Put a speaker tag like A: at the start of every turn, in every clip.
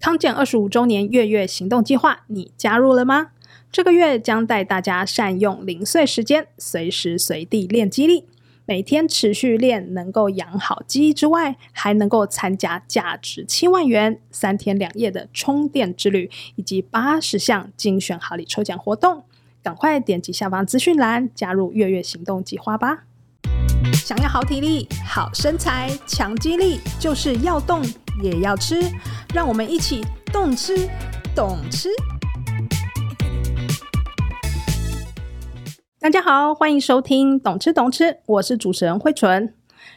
A: 康健二十五周年月月行动计划，你加入了吗？这个月将带大家善用零碎时间，随时随地练肌力。每天持续练，能够养好肌之外，还能够参加价值七万元、三天两夜的充电之旅，以及八十项精选好礼抽奖活动。赶快点击下方资讯栏，加入月月行动计划吧！想要好体力、好身材、强肌力，就是要动也要吃。让我们一起动吃、懂吃。大家好，欢迎收听《懂吃懂吃》，我是主持人慧纯。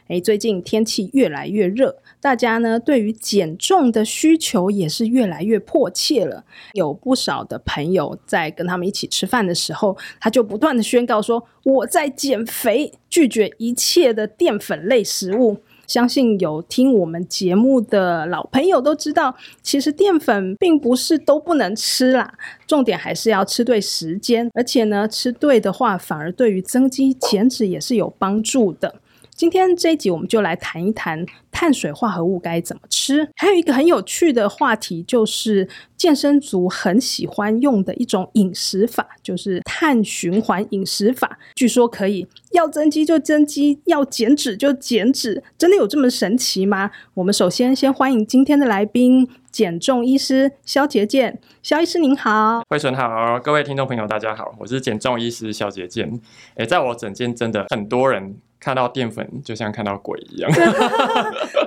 A: 诶，最近天气越来越热，大家呢对于减重的需求也是越来越迫切了。有不少的朋友在跟他们一起吃饭的时候，他就不断的宣告说我在减肥，拒绝一切的淀粉类食物。相信有听我们节目的老朋友都知道，其实淀粉并不是都不能吃啦，重点还是要吃对时间，而且呢，吃对的话，反而对于增肌减脂也是有帮助的。今天这一集我们就来谈一谈碳水化合物该怎么吃，还有一个很有趣的话题，就是健身族很喜欢用的一种饮食法，就是碳循环饮食法。据说可以要增肌就增肌，要减脂就减脂，真的有这么神奇吗？我们首先先欢迎今天的来宾，减重医师肖杰健。肖医师您好，
B: 慧纯好，各位听众朋友大家好，我是减重医师肖杰健。诶，在我整间真的很多人。看到淀粉就像看到鬼一 样，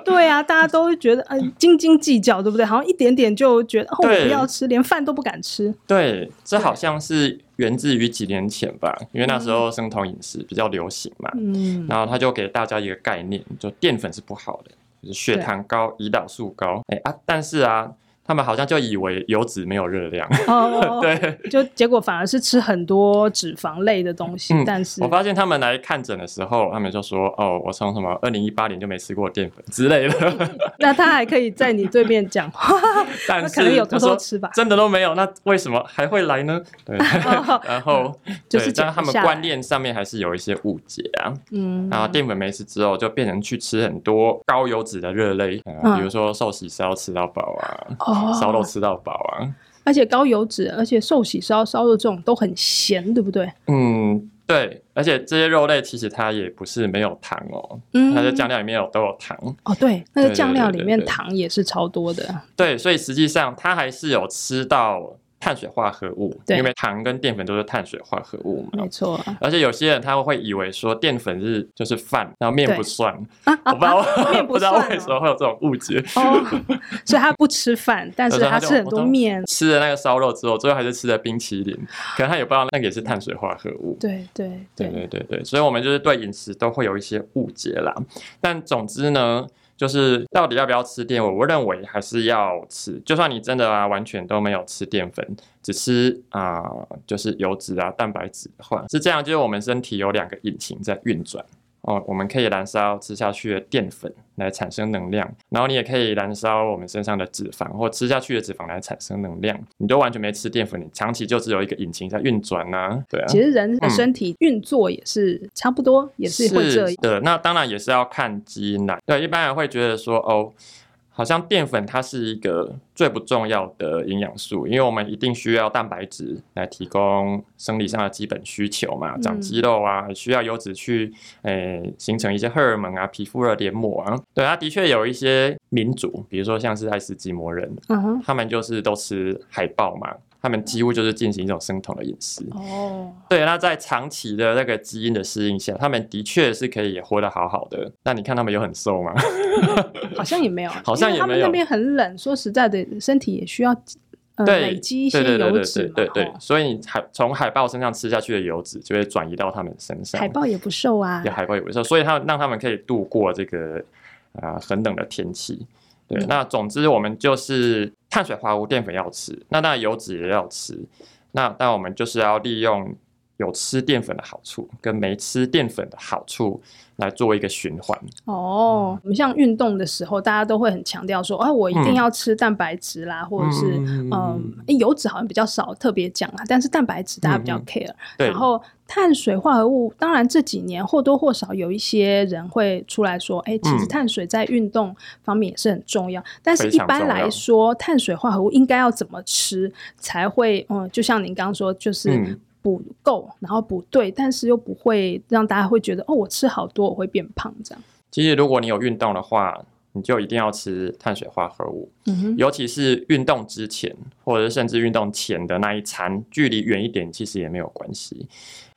A: 对啊，大家都会觉得呃斤斤计较，对不对？好像一点点就觉得哦，我
B: 对
A: 不要吃，连饭都不敢吃。
B: 对，这好像是源自于几年前吧，因为那时候生酮饮食比较流行嘛，
A: 嗯，
B: 然后他就给大家一个概念，就淀粉是不好的，就是血糖高、胰岛素高，哎啊，但是啊，他们好像就以为油脂没有热 量，
A: 哦，
B: 对。
A: 就结果反而是吃很多脂肪类的东西，
B: 嗯
A: 但是
B: 我发现他们来看诊的时候，他们就说：“哦，我从什么二零一八年就没吃过淀粉之类的。
A: 那他还可以在你对面讲话，”
B: 但
A: 可能
B: 是
A: 有
B: 他
A: 偷偷
B: 说
A: 吃吧
B: 真的都没有，那为什么还会来呢？对，
A: 哦
B: 然后
A: 就
B: 对，
A: 是
B: 但
A: 讲
B: 他们观，念上面还是有一些误解啊。
A: 嗯，
B: 然后淀粉没吃之后，就变成去吃很多高油脂的热类，呃
A: 嗯
B: 比如说寿喜烧吃到饱啊，
A: 哦，
B: 烧肉，吃到饱啊。
A: 而且高油脂，而且寿喜烧、烧肉这种都很咸，对不对？
B: 嗯，对，而且这些肉类其实它也不是没有糖哦，
A: 嗯
B: 它的酱料里面有都有糖。
A: 哦，对，那个
B: 对对
A: 酱料
B: 对
A: 里
B: 对
A: 面
B: 对
A: 糖也是超多的，
B: 对，所以实际上它还是有吃到碳水化合物，
A: 对
B: 因为糖跟淀粉都是碳水化合物嘛。
A: 没错
B: 而且有些人他会以为说淀粉是就是饭，然后面
A: 对
B: 不算，
A: 啊
B: 我不知道、
A: 面不
B: 不知道
A: 算
B: 为
A: 哦
B: 什么会有这种误解。
A: 哦， 所以他不吃饭，但是
B: 有时候
A: 他
B: 他
A: 吃
B: 就
A: 很多面，
B: 吃了那个烧肉之后，最后还是吃了冰淇淋，可能他也不知道那个也是碳水化合物。
A: 对对
B: 对对对对，所以我们就是对饮食都会有一些误解啦。但总之呢，就是到底要不要吃淀粉，我认为还是要吃。就算你真的啊完全都没有吃淀粉，只吃啊、就是油脂啊蛋白质的话，是这样，就是我们身体有两个引擎在运转。哦，我们可以燃烧吃下去的淀粉来产生能量，然后你也可以燃烧我们身上的脂肪或吃下去的脂肪来产生能量。你都完全没吃淀粉，你长期就只有一个引擎在运转呐、对啊，
A: 其实人的身体运作也是差不多，也是会这样。
B: 的。那当然也是要看基因啦。对，一般人会觉得说，哦，好像淀粉它是一个最不重要的营养素，因为我们一定需要蛋白质来提供生理上的基本需求嘛，长
A: 嗯
B: 肌肉啊，需要油脂去诶、形成一些荷尔蒙啊、皮肤热黏膜啊。对，它的确有一些民族，比如说像是爱斯基摩人，
A: 嗯哼，
B: 他们就是都吃海豹嘛。他们几乎就是进行一种生酮的饮食，
A: 哦，
B: 对，那在长期的那个基因的适应下，他们的确是可以活得好好的。那你看他们有很瘦吗？
A: 好像也没有，
B: 好像也没
A: 因为
B: 有
A: 他们那边很冷，说实在的，身体也需要呃
B: 对
A: 累积一些
B: 对对对
A: 油
B: 对
A: 脂哦
B: 对
A: 嘛。
B: 对对
A: 吼，
B: 所以你海从海豹身上吃下去的油脂就会转移到他们身上。
A: 海豹也不瘦啊
B: 对，海豹有时候，所以他让他们可以度过这个啊、呃很冷的天气。对，
A: 嗯
B: 那总之我们就是碳水化合物、淀粉要吃，那当然油脂也要吃。那但我们就是要利用有吃淀粉的好处跟没吃淀粉的好处来做一个循环。
A: 哦，我们像运动的时候，大家都会很强调说，啊，我一定要吃蛋白质啦，或者是
B: 嗯
A: 嗯，诶油脂好像比较少特别讲啊，但是蛋白质大家比较
B: 嗯嗯
A: care。
B: 对
A: 然后碳水化合物，当然这几年或多或少有一些人会出来说，哎，其实
B: 嗯
A: 碳水在运动方面也是很重要。但是
B: 非
A: 一
B: 常
A: 般
B: 重
A: 来
B: 要
A: 说，碳水化合物应该要怎么吃才会，嗯，就像您刚刚说，就是
B: 嗯
A: 补够，然后补对，但是又不会让大家会觉得，哦，我吃好多我会变胖这样。
B: 其实如果你有运动的话，你就一定要吃碳水化合物，
A: 嗯哼，
B: 尤其是运动之前，或者是甚至运动前的那一餐，距离远一点其实也没有关系。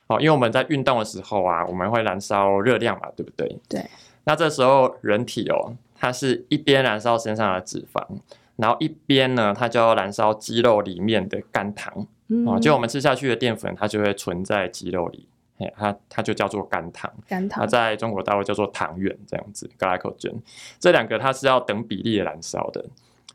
B: 哦，因为我们在运动的时候啊，我们会燃烧热量嘛，对不对？
A: 对。
B: 那这时候人体哦，它是一边燃烧身上的脂肪，然后一边呢，它就要燃烧肌肉里面的肝糖。
A: 嗯
B: 哦，就我们吃下去的淀粉，它就会存在肌肉里，嘿，它它就叫做肝糖。
A: 肝
B: 它
A: 糖，
B: 在中国大陆叫做糖原，这样子 glycogen，这两个它是要等比例的燃烧的，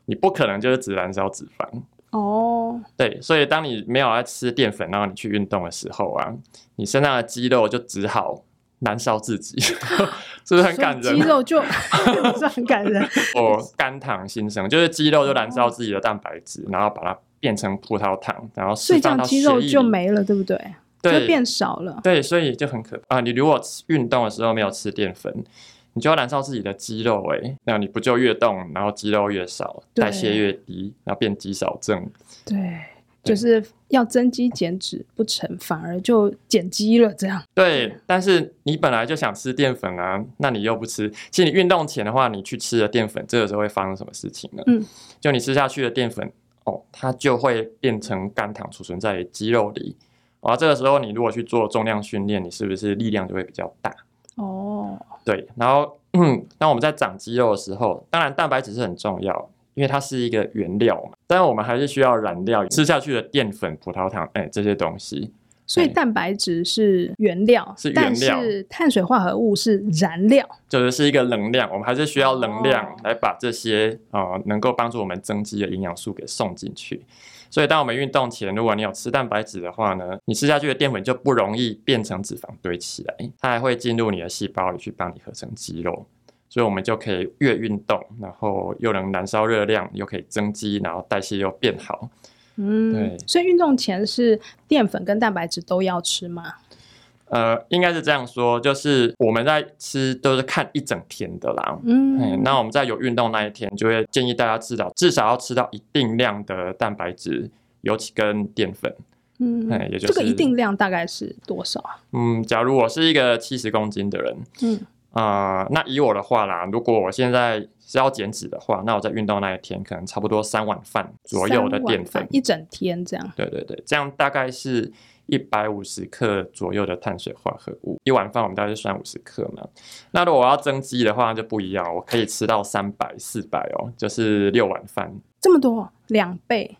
B: 你不可能就是只燃烧脂肪。
A: 哦，
B: 对，所以当你没有要吃淀粉，然后你去运动的时候啊，你身上的肌肉就只好燃烧自己， 是不是
A: 所
B: 很
A: 以
B: 感人？
A: 肌肉 就 不是很感人。
B: 我肝糖新生，就是肌肉就燃
A: 哦
B: 烧自己的蛋白质，然后把它变成葡萄糖，然后
A: 所
B: 释
A: 以这
B: 放
A: 样
B: 到
A: 肌
B: 血
A: 肉
B: 液
A: 就
B: 里
A: 没了，对不对？
B: 对
A: 就变少了。
B: 对，所以就很可怕啊！你如果吃运动的时候没有吃淀粉，你就要燃烧自己的肌肉、欸，那你不就越动，然后肌肉越少，
A: 对
B: 代谢越低，然后变肌少症。
A: 对，就
B: 对
A: 是要增肌减脂不成，反而就减肌了，这样。
B: 对，但是你本来就想吃淀粉啊，那你又不吃。其实你运动前的话，你去吃了淀粉，这个时候会发生什么事情呢？
A: 嗯，
B: 就你吃下去的淀粉，哦，它就会变成肝糖储存在肌肉里。啊、这个时候你如果去做重量训练，你是不是力量就会比较大？
A: 哦，
B: 对，然后 嗯，当我们在长肌肉的时候，当然蛋白质是很重要，因为它是一个原料嘛。但是我们还是需要燃料，吃下去的淀粉、葡萄糖，哎，这些东西。
A: 所以
B: 对
A: 蛋白质是原料，
B: 哎是
A: 但
B: 原料
A: 是碳水化合物是燃料。
B: 就是是一个能量，我们还是需要能量
A: 哦
B: 来把这些呃能够帮助我们增肌的营养素给送进去。所以，当我们运动前，如果你有吃蛋白质的话呢，你吃下去的淀粉就不容易变成脂肪堆起来，它还会进入你的细胞里去帮你合成肌肉。所以，我们就可以越运动，然后又能燃烧热量，又可以增肌，然后代谢又变好。
A: 嗯
B: 对，
A: 所以运动前是淀粉跟蛋白质都要吃吗？
B: 呃，应该是这样说，就是我们在吃都是看一整天的啦。哎
A: 嗯，
B: 那我们在有运动那一天，就会建议大家至少至少要吃到一定量的蛋白质，尤其跟淀粉。
A: 嗯
B: 哎也就
A: 这个
B: 是
A: 一定量大概是多少啊？
B: 嗯，假如我是一个七十公斤的人，
A: 嗯，
B: 啊、那以我的话啦，如果我现在是要减脂的话，那我在运动那一天可能差不多三碗饭左右的
A: 三碗
B: 淀
A: 饭
B: 粉。
A: 一整天这样。
B: 对对对，这样大概是一百五十克左右的碳水化合物，一碗饭我们大概就算五十克嘛。那如果我要增肌的话就不一样，我可以吃到三百、四百哦，就是六碗饭。
A: 这么多，两倍。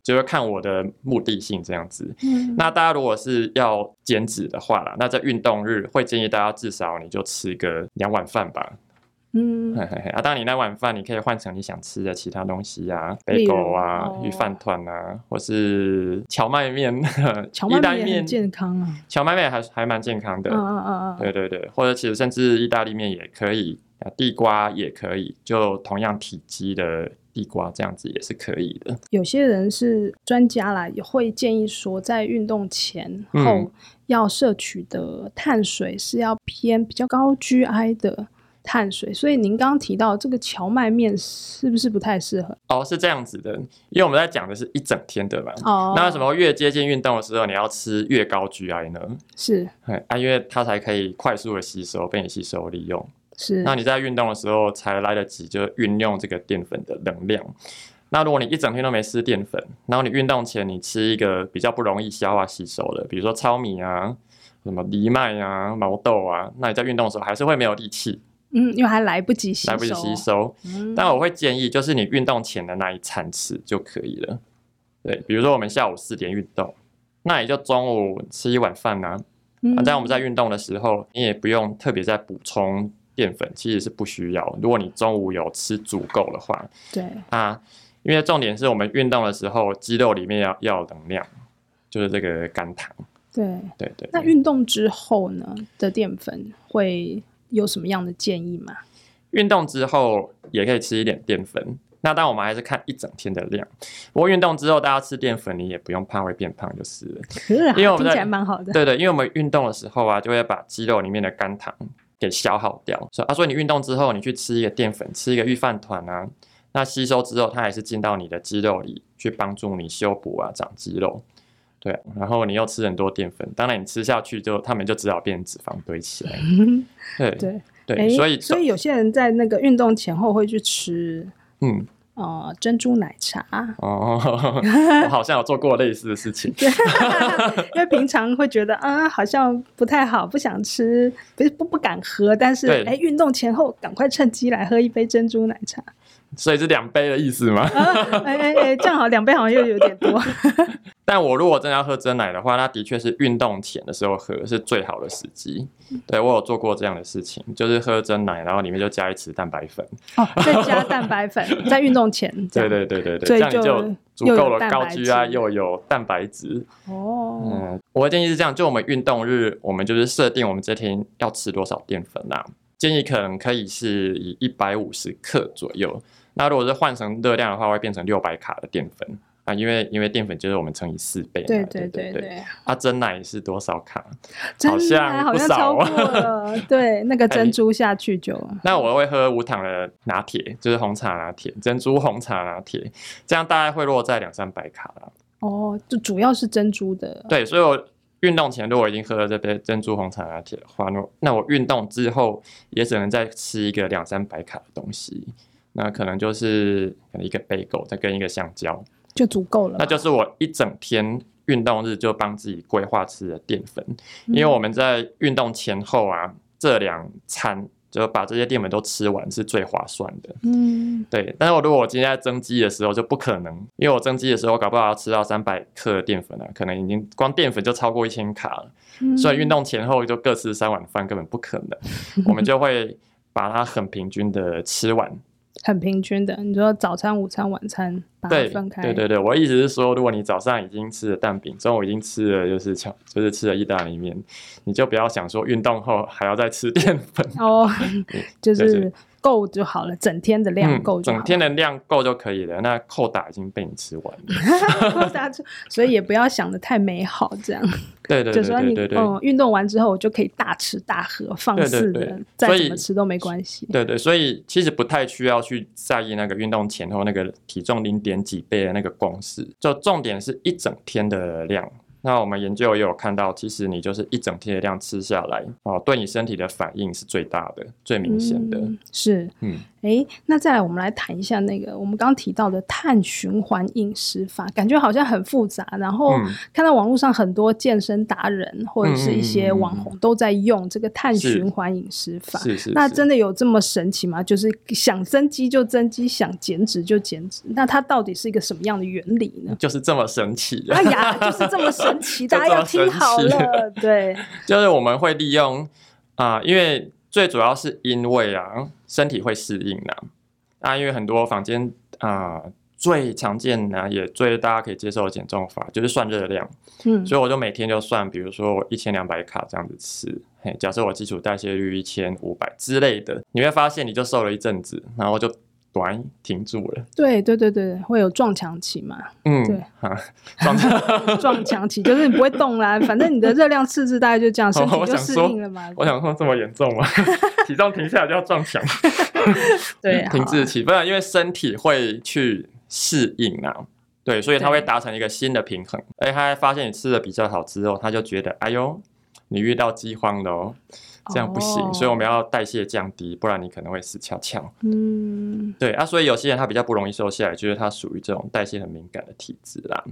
B: 就是看我的目的性这样子。
A: 嗯，
B: 那大家如果是要减脂的话啦，那在运动日会建议大家至少你就吃个两碗饭吧。
A: 嗯
B: 嘿，嘿嘿啊，当然你那碗饭你可以换成你想吃的其他东西啊，
A: 例
B: 北
A: 如
B: 狗啊
A: 哦、
B: 鱼饭团啊，或是荞麦面、
A: 荞
B: 意大
A: 麦
B: 利
A: 面也很健康啊。
B: 荞麦面还还蛮健康的。
A: 嗯嗯嗯嗯，
B: 对对对，或者其实甚至意大利面也可以，啊，地瓜也可以，就同样体积的地瓜这样子也是可以的。
A: 有些人是专家啦，也会建议说，在运动前
B: 嗯
A: 后要摄取的碳水是要偏比较高 GI 的碳水。所以您刚刚提到这个荞麦面是不是不太适合？
B: 哦，是这样子的，因为我们在讲的是一整天的嘛。
A: 哦
B: 那为什么越接近运动的时候，你要吃越高 GI 呢？
A: 是
B: 哎啊，因为它才可以快速的吸收，被你吸收利用。
A: 是
B: 那你在运动的时候才来得及，就运用这个淀粉的能量。那如果你一整天都没吃淀粉，然后你运动前你吃一个比较不容易消化吸收的，比如说糙米啊、什么藜麦啊、毛豆啊，那你在运动的时候还是会没有力气，
A: 嗯，因为还来不及吸收，
B: 来不及吸收。
A: 嗯，
B: 但我会建议，就是你运动前的那一餐吃就可以了。对，比如说我们下午四点运动，那也就中午吃一碗饭呐、啊。
A: 嗯
B: 这样我们在运动的时候，你也不用特别再补充淀粉，其实是不需要。如果你中午有吃足够的话，
A: 对
B: 啊，因为重点是我们运动的时候，肌肉里面要要有能量，就是这个肝糖。
A: 对。
B: 对对
A: 那
B: 对
A: 运动之后呢的淀粉会有什么样的建议吗？
B: 运动之后也可以吃一点淀粉。那但我们还是看一整天的量。不过运动之后大家吃淀粉，你也不用怕会变胖就是 了。
A: 可是啊
B: 因为我们
A: 听起
B: 在
A: 来蛮好的，
B: 对对，因为我们运动的时候啊，就会把肌肉里面的肝糖给消耗掉。所以啊，所以你运动之后，你去吃一个淀粉，吃一个预饭团啊，那吸收之后，它还是进到你的肌肉里去帮助你修补啊，长肌肉。对，然后你又吃很多淀粉，当然你吃下去就，它们就只好变脂肪堆起 来。对
A: 对，
B: 对，
A: 诶
B: 所以
A: 所以有些人在那个运动前后会去吃
B: 嗯，
A: 呃珍珠奶茶
B: 哦，我好像有做过类似的 事情。
A: 因为平常会觉得啊好像不太好，不想吃，不是不不敢喝，但是
B: 对
A: 哎运动前后赶快趁机来喝一杯珍珠奶 茶，
B: 所以是两杯的意思吗？
A: 哎哎哎，这样好两杯好像又有点多，
B: 但我如果真的要喝真奶的话，那的确是运动前的时候喝是最好的时机。
A: 嗯
B: 对我有做过这样的事情，就是喝真奶，然后里面就加一匙蛋白粉。
A: 哦，再加蛋白粉，在运动前，这
B: 对
A: 样
B: 对对对
A: 所
B: 对，
A: 以
B: 这样你
A: 就
B: 就足
A: 又有
B: 够了
A: 蛋
B: 高
A: 白
B: GI，
A: 质
B: 又有蛋白质。
A: 哦，
B: 嗯，我的建议是这样，就我们运动日，我们就是设定我们这天要吃多少淀粉啦、建议可能可以是以一百五十克左右。那如果是换成热量的话，会变成六百卡的淀粉啊，因为因为淀粉就是我们乘以四倍嘛。
A: 对
B: 对
A: 对对
B: 对。
A: 对，
B: 啊，真奶是多少卡？
A: 真
B: 好
A: 的啊
B: 像
A: 好
B: 不
A: 像
B: 少
A: 超过
B: 哦
A: 了， 对，那个
B: 哎
A: 珍
B: 你
A: 珠下去就
B: 那我会喝无糖的拿铁，就是红茶拿铁、珍珠红茶拿铁，这样大概会落在两三百卡啦。
A: 哦，就主要是珍珠的，
B: 对，所以我运动前如果已经喝了这杯珍珠红茶拿铁的话，那那我运动之后也只能再吃一个两三百卡的东西，那可能就是可能一个贝狗再跟一个香蕉，
A: 就足够了嘛。
B: 那就是我一整天运动日就帮自己规划吃的淀粉，
A: 嗯
B: 因为我们在运动前后啊这两餐。就把这些淀粉都吃完是最划算的。
A: 嗯，
B: 对，但是我如果我今天在增肌的时候就不可能，因为我增肌的时候搞不好要吃到三百克的淀粉啊，可能已经光淀粉就超过一千卡了，
A: 嗯
B: 所以运动前后就各吃三碗饭根本不可 能，我们就会把它很平均的吃完。
A: 很平均的。你说早餐、午餐、晚餐把它
B: 对，
A: 分开，
B: 对对对，我的意思是说，如果你早上已经吃了蛋饼，中午已经吃了就是巧就是吃了意大利面，你就不要想说运动后还要再吃淀粉，
A: 哦，就
B: 嗯对
A: 是够就好了，整天的量
B: 嗯
A: 够就好
B: 整
A: 了。
B: 天的量够就可以了，那扣打已经被你吃完了。
A: 够大致所以也不要想的太美好，这样
B: 对对对
A: 就说
B: 对
A: 你
B: 对对。
A: 嗯，运动完之后我就可以大吃大喝，放
B: 对对
A: 肆
B: 对
A: 的，
B: 所
A: 再
B: 以
A: 怎么吃都没关系。
B: 对对，所以其实不太需要去在意那个运动前后那个体重零点几倍的那个公式，就重点是一整天的量。那我们研究也有看到，其实你就是一整天的量吃下来，哦，对你身体的反应是最大的、最明显的。
A: 嗯、是，
B: 嗯，
A: 诶，那再来我们来谈一下那个我们刚刚提到的碳循环饮食法，感觉好像很复杂，然后
B: 嗯
A: 看到网络上很多健身达人或者是一些
B: 嗯嗯嗯嗯
A: 网红都在用这个碳
B: 是
A: 循环饮食法，
B: 是是，
A: 那
B: 是？
A: 真的有这么神奇吗？就是想增肌就增肌，想减脂就减脂，那它到底是一个什么样的原理呢
B: 就是这么神奇。
A: 哎呀，就是这么神奇，
B: 就
A: 大家要
B: 这么
A: 听好
B: 神奇
A: 了。对，
B: 就是我们会利用啊、因为最主要是因为啊，身体会适应啦、啊，因为很多房间啊、最常见的、也最大家可以接受的减重法就是算热量，
A: 嗯，
B: 所以我就每天就算，比如说我一千两百卡这样子吃，嘿，假设我基础代谢率一千五百之类的，你会发现你就瘦了一阵子，然后就短停住了，
A: 对对对对，会有撞墙期嘛？
B: 嗯，
A: 对
B: 哈，撞车
A: 撞墙期就是你不会动啦，反正你的热量赤字大概就这 样，身体
B: 我
A: 就
B: 想
A: 适
B: 说
A: 应了嘛。
B: 我想说这么严重吗？体重停下来就要撞墙。
A: 对，
B: 嗯停
A: 好啊
B: 滞期，不然因为身体会去适应啊，对，所以它
A: 对
B: 会达成一个新的平衡。哎，它发现你吃的比较好之后，它就觉得，哎呦，你遇到饥荒了哦，这样不行，
A: 哦
B: 所以我们要代谢降低，不然你可能会死翘翘。
A: 嗯，
B: 对啊，所以有些人他比较不容易瘦下来，就是他属于这种代谢很敏感的体质啦。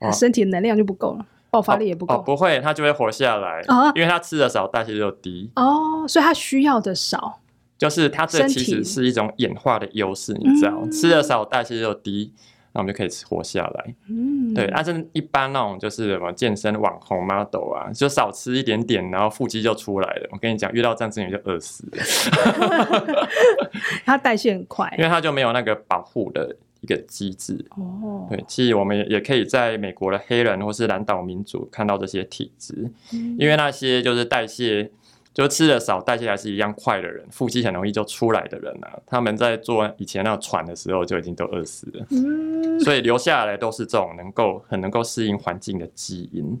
B: 哦
A: 身体的能量就不够了，爆发力也不
B: 哦，
A: 够。
B: 不会，他就会活下来，
A: 啊
B: 因为他吃的少，代谢就低。
A: 哦，所以它需要的少，
B: 就是它这
A: 身
B: 其
A: 体
B: 实是一种演化的优势，你知道，
A: 嗯
B: 吃的少，代谢就低，那我们就可以活下来。
A: 嗯，
B: 对，啊但是一般那种就是什么健身网红 model 啊，就少吃一点点，然后腹肌就出来了。我跟你讲，遇到战争你就饿死了，
A: 它代谢很快
B: 因，为它就没有那个保护的一个机制。
A: 哦，
B: 对，其实我们也也可以在美国的黑人或是南岛民族看到这些体质，
A: 嗯，
B: 因为那些就是代谢，就吃的少，代谢还是一样快的人，腹肌很容易就出来的人啊，他们在做以前那种喘的时候就已经都饿死了，
A: 嗯，
B: 所以留下来都是这种能够很能够适应环境的基因。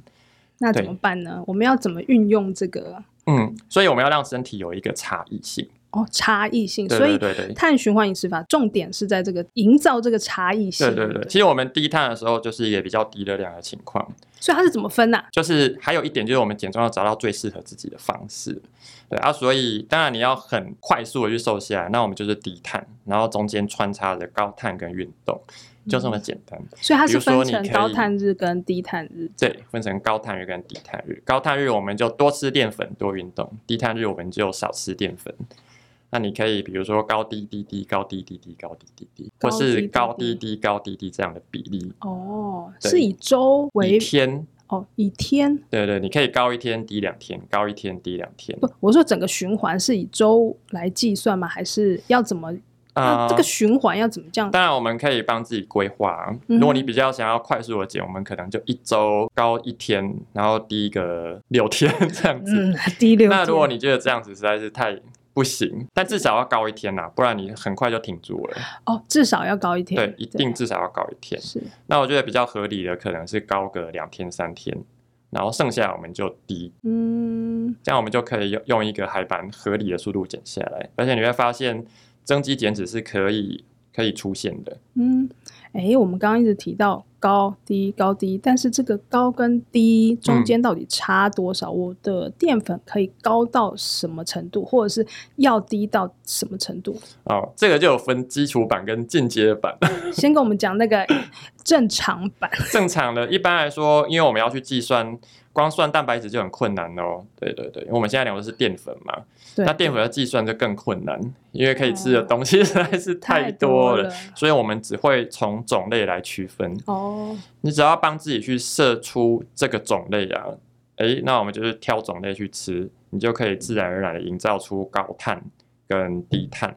A: 那
B: 对
A: 怎么办呢？我们要怎么运用这个
B: 嗯，所以我们要让身体有一个差异性。
A: 哦差异性？
B: 对
A: 所以
B: 对对对。
A: 碳循环饮食法重点是在这个营造这个差异性。
B: 对对对，其实我们低碳的时候就是也比较低热量的情况，
A: 所以它是怎么分呐、啊
B: 就是还有一点就是我们减重要找到最适合自己的方式，对啊，所以当然你要很快速的去瘦下来，那我们就是低碳，然后中间穿插着高碳跟运动，就这么
A: 嗯
B: 简单。
A: 所以它是分
B: 比如说
A: 成
B: 你可以
A: 高碳日跟低碳日。
B: 对，分成高碳日跟低碳日。高碳日我们就多吃淀粉，多运动；低碳日我们就少吃淀粉。那你可以比如说高低低低高低低低高低低低，或是
A: 高
B: 高
A: 低
B: 低低高低低这样的比例，
A: 哦，
B: 对
A: 是以周
B: 一
A: 为
B: 天。
A: 哦，以天
B: 对对，你可以高一天低两天，高一天低两天。
A: 不，我说整个循环是以周来计算吗？还是要怎么？
B: 啊、
A: 那这个循环要怎么这样？
B: 当然，我们可以帮自己规划啊。
A: 嗯哼
B: 如果你比较想要快速的减，我们可能就一周高一天，然后低个六天 这样子。
A: 嗯，第六天。
B: 那如果你觉得这样子实在是太不行，但至少要高一天啦、啊不然你很快就停住了。
A: 哦，至少要高一天，
B: 对，一定至少要高一天。
A: 是
B: 那我觉得比较合理的可能是高个两天三天，然后剩下我们就低，
A: 嗯，
B: 这样我们就可以用用一个还蛮合理的速度减下来。而且你会发现，增肌减脂是可以可以出现的。
A: 嗯，哎，我们刚刚一直提到高低高低，但是这个高跟低
B: 嗯
A: 中间到底差多少？我的淀粉可以高到什么程度，或者是要低到什么程度？
B: 哦，这个就有分基础版跟进阶 版。
A: 先跟我们讲那个 正常版，
B: 正常的，一般来说，因为我们要去计算，光算蛋白质就很困难哦。对对对，因为我们现在聊的是淀粉嘛，
A: 对，嗯
B: 那淀粉的计算就更困难，因为可以吃的东西实在是
A: 太
B: 太多
A: 了
B: 了。所以我们只会从种类来区分，
A: 哦，
B: 你只要帮自己去设出这个种类啊，诶，那我们就是挑种类去吃，你就可以自然而然的营造出高碳跟低碳。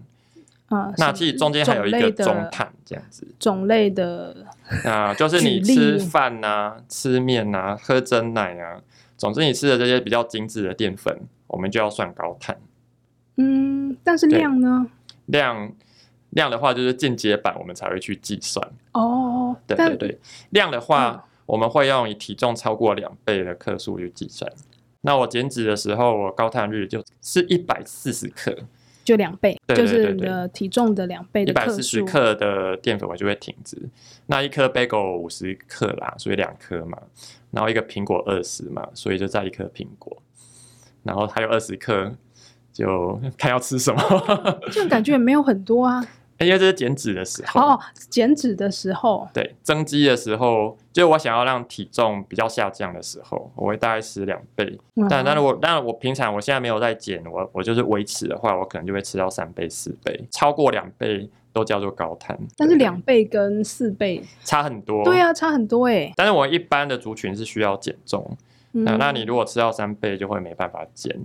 A: 啊、
B: 那
A: 是
B: 其实中间还有一个
A: 种类
B: 中
A: 的
B: 碳这样子。
A: 种类的，
B: 啊，就是你
A: 举例
B: 吃饭呐、吃面呐、喝真奶啊，总之你吃的这些比较精致的淀粉，我们就要算高碳
A: 嗯，但是
B: 对
A: 量呢？
B: 量。量的话就是进阶版，我们才会去计算。
A: 哦，
B: 对
A: 但嗯
B: 对对，量的话，我们会用以体重超过两倍的克数去计算。那我减脂的时候，我高碳日就是一百四十克，
A: 就两倍，
B: 对
A: 就
B: 对
A: 是
B: 对
A: 你
B: 对
A: 的体重的两倍
B: 一
A: 哎的
B: 百
A: 克
B: 四十
A: 数。
B: 克的淀粉我就会停止。那一颗 bagel 五十克啦，所以两颗嘛，然后一个苹果二十嘛，所以就再一颗苹果，然后还有二十克，就看要吃什么，
A: 这样感觉也没有很多啊。
B: 因为这是减脂的时候。
A: 哦，减脂的时候，
B: 对，增肌的时候，就我想要让体重比较下降的时候，我会大概吃两倍。
A: 嗯
B: 但但如果但我平常我现在没有在减，我我就是维持的话，我可能就会吃到三倍、四倍，超过两倍都叫做高碳。
A: 但是
B: 对
A: 两倍跟四倍，
B: 差很多。
A: 对啊，差很多哎、欸。
B: 但是我一般的族群是需要减重，那、
A: 嗯
B: 那你如果吃到三倍就会没办法减。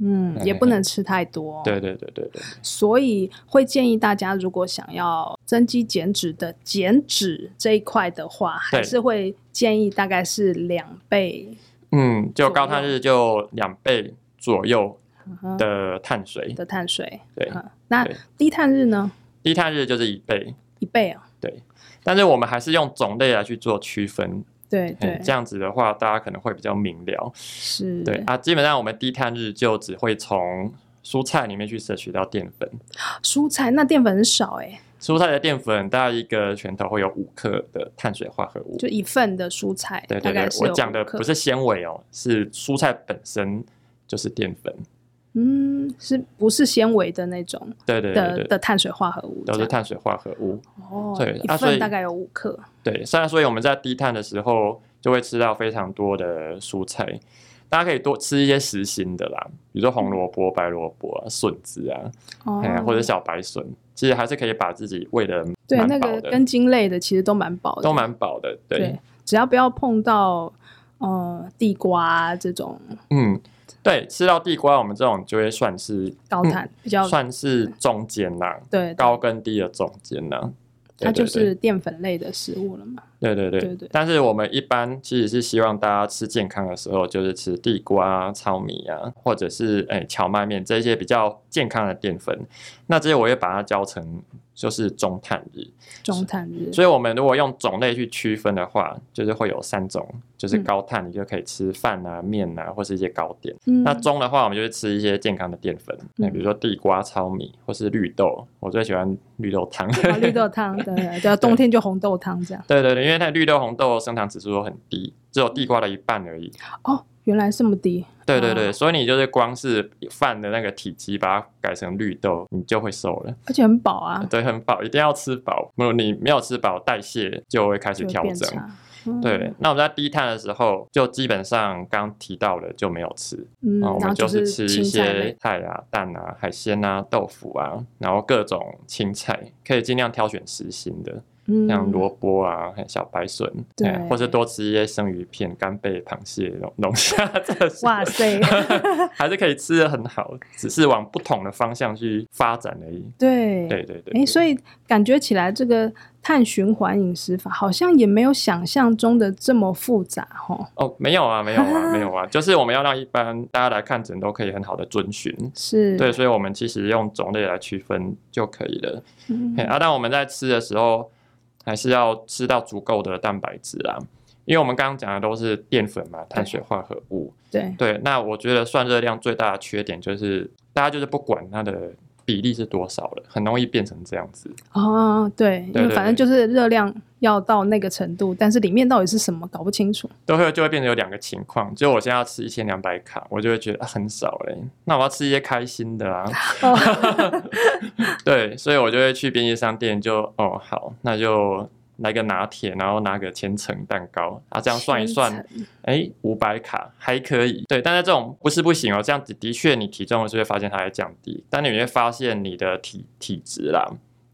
A: 嗯也不能吃太多，
B: 对，对对对对，
A: 所以会建议大家，如果想要增肌减脂的减脂这一块的话，还
B: 对
A: 是会建议大概是两倍。
B: 嗯，就高碳
A: 左右
B: 日就两倍左右
A: 嗯哼
B: 的碳水，
A: 的碳水，
B: 对，
A: 嗯，那
B: 对
A: 低碳日呢？
B: 低碳日就是一倍，
A: 一倍啊，
B: 对。但是我们还是用种类来去做区分，
A: 对对
B: 嗯，这样子的话大家可能会比较明了。
A: 是，
B: 对啊，基本上我们低碳日就只会从蔬菜里面去摄取到淀粉，
A: 蔬菜那淀粉很少哎、
B: 蔬菜的淀粉大概一个拳头会有五克的碳水化合物，
A: 就一份的蔬菜，
B: 对
A: 大
B: 对对
A: 概，是
B: 我
A: 有
B: 讲
A: 五
B: 的
A: 克
B: 不是纤维哦，是蔬菜本身就是淀粉。
A: 嗯，是不是纤维的那种
B: 对对对
A: 的
B: 对，
A: 的碳水化合物这
B: 都
A: 样？
B: 是碳水化合物。
A: 哦，
B: 对
A: 一
B: 啊所
A: 份
B: 以
A: 大概有五克。
B: 对，虽然所以我们在低碳的时候就会吃到非常多的蔬菜，大家可以多吃一些实心的啦，比如说红萝卜、白萝卜、啊、笋子啊，
A: 哦
B: 哎呀，或者小白笋，其实还是可以把自己喂的
A: 对那
B: 蛮饱
A: 个
B: 的，
A: 根茎类的其实都蛮饱的，
B: 都蛮饱的。
A: 对
B: 对，
A: 只要不要碰到呃地瓜啊这种
B: 嗯，对，吃到地瓜，我们这种就会算是嗯
A: 高碳、比较
B: 算是中间啦，
A: 对
B: 高跟低的中间呢、
A: 它就
B: 对对
A: 是淀粉类的食物了嘛。
B: 对对对
A: 对对
B: 但是我们一般其实是希望大家吃健康的时候，就是吃地瓜、糙米啊，或者是哎荞麦面这些比较健康的淀粉。那这些我会把它教成就是中碳日。
A: 中餐日，
B: 所以我们如果用种类去区分的话，就是会有三种，就是
A: 嗯
B: 高碳，你就可以吃饭啊、面啊，或是一些糕点。
A: 嗯
B: 那中的话，我们就是吃一些健康的淀粉，那
A: 嗯
B: 比如说地瓜、糙米或是绿豆。我最喜欢绿豆汤。
A: 啊绿豆汤，对对，对就冬天就红豆汤这样。
B: 对对对，因为它绿豆、红豆升糖指数都很低，只有地瓜的一半而已。
A: 哦，原来这么低，
B: 对对对，
A: 哦
B: 所以你就是光是饭的那个体积，把它改成绿豆，你就会瘦了。
A: 而且很饱啊，
B: 对，很饱，一定要吃饱。如果你没有吃饱，代谢就会开始
A: 就会
B: 调
A: 变
B: 整。
A: 差。嗯
B: 对，，那我们在低碳的时候，就基本上刚提到了就没有吃，
A: 嗯，
B: 啊我
A: 然
B: 们
A: 后
B: 就是
A: 是
B: 吃
A: 青
B: 一
A: 菜
B: 些
A: 类，
B: 菜啊、蛋啊、海鲜啊、豆腐啊，然后各种青菜，可以尽量挑选实心的，
A: 嗯，
B: 像萝卜啊、还有小白笋，
A: 对
B: 哎或是多吃一些生鱼片、干贝、螃蟹、龙龙 虾，这个是
A: 哇 塞，
B: 还是可以吃的很好，只是往不同的方向去发展而已。
A: 对
B: 对对对，
A: 哎，所以感觉起来这个碳循环饮食法好像也没有想象中的这么复杂哦。
B: 哦，没有啊，没有啊，没有 啊，就是我们要让一般大家来看诊都可以很好的遵循。
A: 是，
B: 对，所以我们其实用种类来区分就可以了。
A: 嗯，
B: 嘿啊，但我们在吃的时候，还是要吃到足够的蛋白质啦，因为我们刚刚讲的都是淀粉嘛，碳水化合物。
A: 对，
B: 对，那我觉得算热量最大的缺点就是，大家就是不管它的比例是多少了，很容易变成这样子。
A: 哦，对，
B: 对
A: 因为
B: 对
A: 反正就是热量要到那个程度，但是里面到底是什么搞不清楚。
B: 都会就会变成有两个情况，就我现在要吃一千两百卡，我就会觉得、啊、很少嘞。那我要吃一些开心的啊，
A: 哦
B: 对，所以我就会去便利商店就，哦好，那就来个拿铁，然后拿个千层蛋糕啊，这样算一算，
A: 千层，
B: 哎，五百卡还可以。对，但是这种不是不行哦，这样子的确你体重是会发现它在降低，但你会发现你的体体质啦，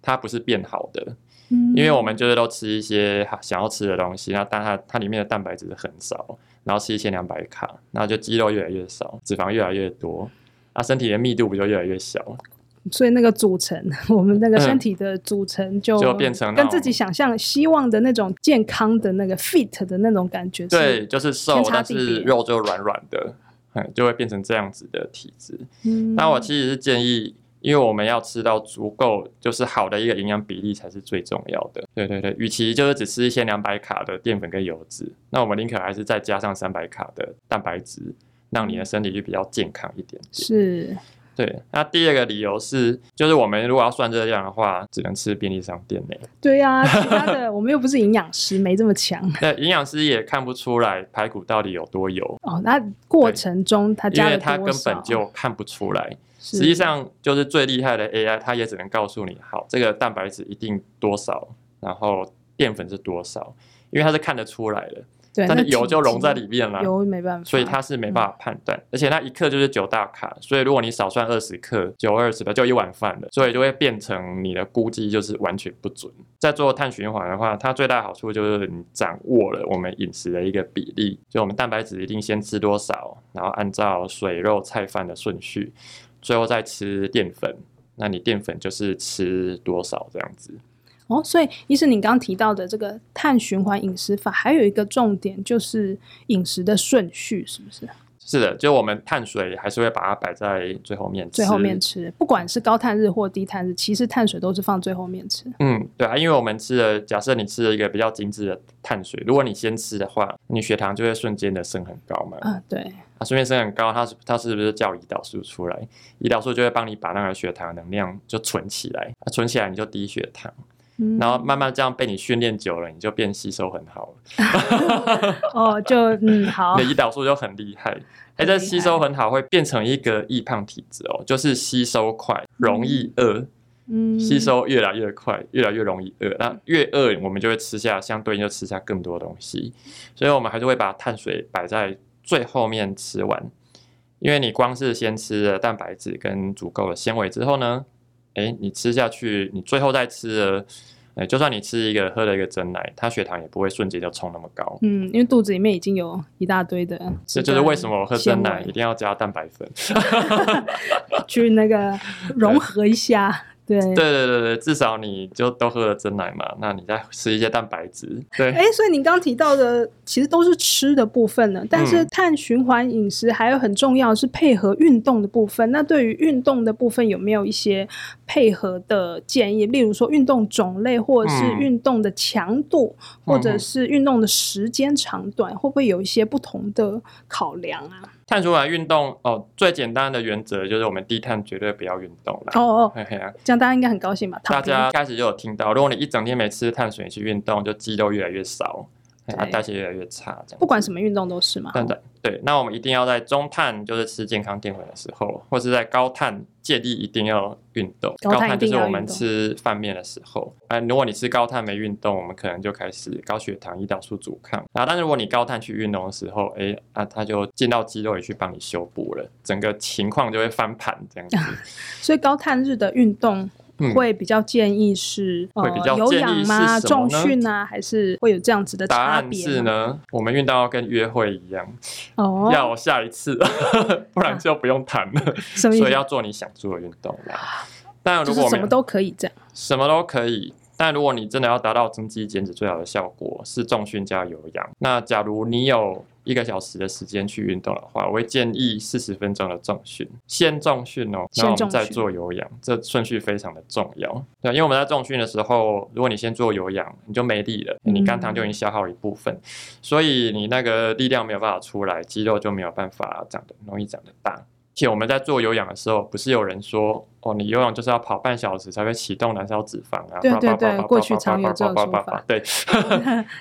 B: 它不是变好的，
A: 嗯
B: 因为我们就是都吃一些想要吃的东西，那但它它里面的蛋白质很少，然后吃一千两百卡，那就肌肉越来越少，脂肪越来越多，那身体的密度不就越来越小？
A: 所以那个组成， 我们那个
B: 嗯
A: 身体的组成就
B: 就变成那
A: 跟
B: 种
A: 自己想象希望的那种健康的那个 fit 的那种感觉。
B: 对，，就是瘦
A: 天，差
B: 但
A: 地
B: 是
A: 别
B: 肉就软软的，嗯，就会变成这样子的体质。
A: 嗯，
B: 那我其实是建议，因为我们要吃到足够，就是好的一个营养比例才是最重要的。对对对，与其就是只吃一千两百卡的淀粉跟油脂，那我们宁可还是再加上三百卡的蛋白质，让你的身体就比较健康一点点。
A: 嗯是
B: 对，那第二个理由是，就是我们如果要算热量的话，只能吃便利商店内。
A: 对呀，其他 的我们又不是营养师，没这么强
B: 那营养师也看不出来排骨到底有多油，
A: 哦。那过程中他
B: 因
A: 加
B: 为
A: 了
B: 他根
A: 多少
B: 本就看不出来。
A: 实
B: 实际上就是最厉害的 AI，它也只能告诉你，好，这个蛋白质一定多少，然后淀粉是多少，因为它是看得出来的，
A: 对，
B: 但
A: 那
B: 是油
A: 体
B: 就融在
A: 积
B: 里面了。
A: 油没办法，
B: 所以它是没办法判断，而且它一克就是九大卡，所以如果你少算二十克，九二十吧，就一碗饭了，所以就会变成你的估计就是完全不准。在做碳循环的话，它最大的好处就是你掌握了我们饮食的一个比例，就我们蛋白质一定先吃多少，然后按照水肉菜饭的顺序，最后再吃淀粉。那你淀粉就是吃多少这样子？
A: 哦，所以医生，你刚刚提到的这个碳循环饮食法，还有一个重点就是饮食的顺序，是不是？
B: 是的，就我们碳水还是会把它摆在最后面吃，
A: 最后面吃，不管是高碳日或低碳日，其实碳水都是放最后面吃。
B: 嗯，对啊，因为我们吃了，假设你吃了一个比较精致的碳水，如果你先吃的话，你血糖就会瞬间的升很高嘛。
A: 嗯，对，
B: 啊，瞬间升很高，它是它是不是叫胰岛素出来？胰岛素就会帮你把那个血糖能量就存起来，啊、存起来你就低血糖，
A: 嗯
B: 然后慢慢这样被你训练久了，你就变吸收很好了。
A: 哦，就嗯好
B: 你的胰岛素就很厉害。哎，
A: 很厉害
B: 这吸收很好，会变成一个易胖体质哦，就是吸收快，容易饿。
A: 嗯
B: 吸收越来越快，越来越容易饿。那越饿，我们就会吃下，相对应就吃下更多东西。所以我们还是会把碳水摆在最后面吃完，因为你光是先吃了蛋白质跟足够的纤维之后呢，诶，你吃下去，你最后再吃了，诶，就算你吃一个喝了一个真奶，它血糖也不会瞬间就冲那么高。
A: 嗯，因为肚子里面已经有一大堆的，
B: 这就是为什么我喝真奶一
A: 纤
B: 定要加蛋白粉。
A: 维去那个融合一下对，
B: 对对对对，至少你就都喝了真奶嘛，那你再吃一些蛋白质，对，
A: 哎，所以你刚刚提到的其实都是吃的部分呢，但是
B: 嗯
A: 碳循环饮食还有很重要的是配合运动的部分。那对于运动的部分有没有一些配合的建议？例如说运动种类，或者是
B: 嗯
A: 运动的强度，或者
B: 嗯
A: 是运动的时间长短，会不会有一些不同的考量啊？
B: 碳循环运动哦，最简单的原则就是我们低碳绝对不要运动啦。
A: 哦哦，
B: 嘿嘿啊，
A: 这样大家应该很高兴吧？
B: 大
A: 躺平
B: 家开始就有听到，如果你一整天没吃碳水去运动，就肌肉越来越少，嘿啊，
A: 对
B: 代谢越来越差，这样
A: 不管
B: 子
A: 什么运动都是嘛。
B: 等等，对，那我们一定要在中碳，就是吃健康淀粉的时候，或是在高碳，建议一定要运动。
A: 高碳
B: 就
A: 一
B: 是
A: 定要
B: 我们
A: 运动
B: 吃饭面的时候，啊、如果你吃高碳没运动，我们可能就开始高血糖、胰岛素阻抗。然后，但是如果你高碳去运动的时候，哎、啊，它就进到肌肉里去帮你修补了，整个情况就会翻盘这样子。
A: 啊所以高碳日的运动
B: 嗯
A: 会比较建议是、
B: 会比较
A: 呃有
B: 建议
A: 氧
B: 是
A: 吗？
B: 什么
A: 重
B: 呢
A: 训啊，还是会有这样子的
B: 答
A: 差
B: 案
A: 别？
B: 是，呢，我们运动要跟约会一样，
A: 哦，啊
B: 要有下一次， 不然就不用谈了。
A: 什么意
B: 所
A: 思啊
B: 以？要做你想做的运动啦。但
A: 就
B: 如
A: 是
B: 果我
A: 什
B: 们
A: 么都可以这 样，
B: 什么都可以。但如果你真的要达到增肌减脂最好的效果，是重训加有氧。那假如你有一个小时的时间去运动的话，我会建议四十分钟的重训，先重训哦，
A: 先
B: 然后我
A: 重
B: 们再
A: 训
B: 做有氧，这顺序非常的重要。对，因为我们在重训的时候，如果你先做有氧，你就没力了，你肝糖就已经消耗一部分，所以你那个力量没有办法出来，肌肉就没有办法长得容易长得大。而且我们在做有氧的时候，不是有人说哦，你有氧就是要跑半小时才会启动燃烧脂肪啊？
A: 对
B: 叭叭
A: 对
B: 叭
A: 对
B: 叭叭
A: 过去
B: 叭
A: 常
B: 叭
A: 有这
B: 叭
A: 种
B: 叭
A: 说
B: 叭
A: 法
B: 叭对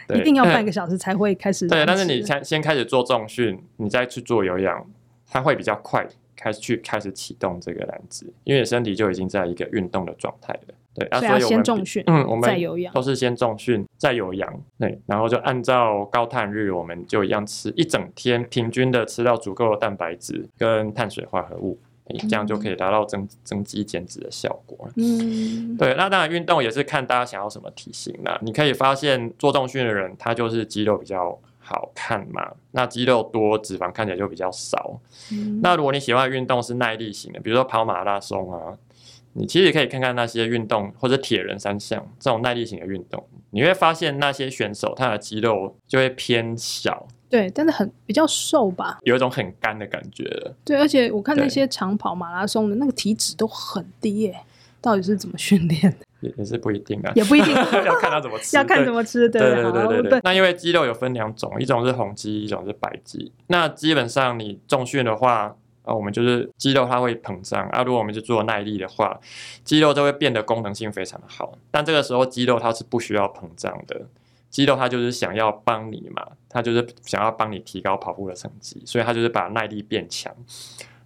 B: 对，
A: 一定要半
B: 个
A: 个小时才会开始燃
B: 对，
A: 脂。
B: 但是你先先开始做重训，你再去做有氧，它会比较快开始去开始启动这个燃脂，因为你身体就已经在一个运动的状态了。对，啊，
A: 所
B: 所
A: 以要
B: 以我
A: 先
B: 们
A: 重
B: 比
A: 训，
B: 嗯，我们
A: 再有氧
B: 都。是先重训，再有氧，对，然后就按照高碳日，我们就一样吃一整天，平均的吃到足够的蛋白质跟碳水化合物，诶这样就可以达到增增肌减脂的效果了。
A: 嗯，
B: 对，那当然运动也是看大家想要什么体型啦。你可以发现做重训的人，他就是肌肉比较好看嘛，那肌肉多，脂肪看起来就比较少。
A: 嗯
B: 那如果你喜欢的运动是耐力型的，比如说跑马拉松啊，你其实可以看看那些运动或者铁人三项这种耐力型的运动，你会发现那些选手他的肌肉就会偏小，
A: 对，但是很比较瘦吧？
B: 有一种很干的感觉了。
A: 对，而且我看那
B: 对
A: 些长跑、马拉松的那个体脂都很低耶、到底是怎么训练 的？
B: 也也是不一定啊，
A: 也不一定
B: 要看他怎么吃，
A: 要看
B: 对
A: 怎么吃，对
B: 对对
A: 好
B: 对对
A: 对
B: 对。，那因为肌肉有分两种，一种是红肌，一种是白肌。那基本上你重训的话，啊，我们就是肌肉它会膨胀啊。如果我们去做耐力的话，肌肉就会变得功能性非常的好。但这个时候肌肉它是不需要膨胀的，肌肉它就是想要帮你嘛，它就是想要帮你提高跑步的成绩，所以它就是把耐力变强。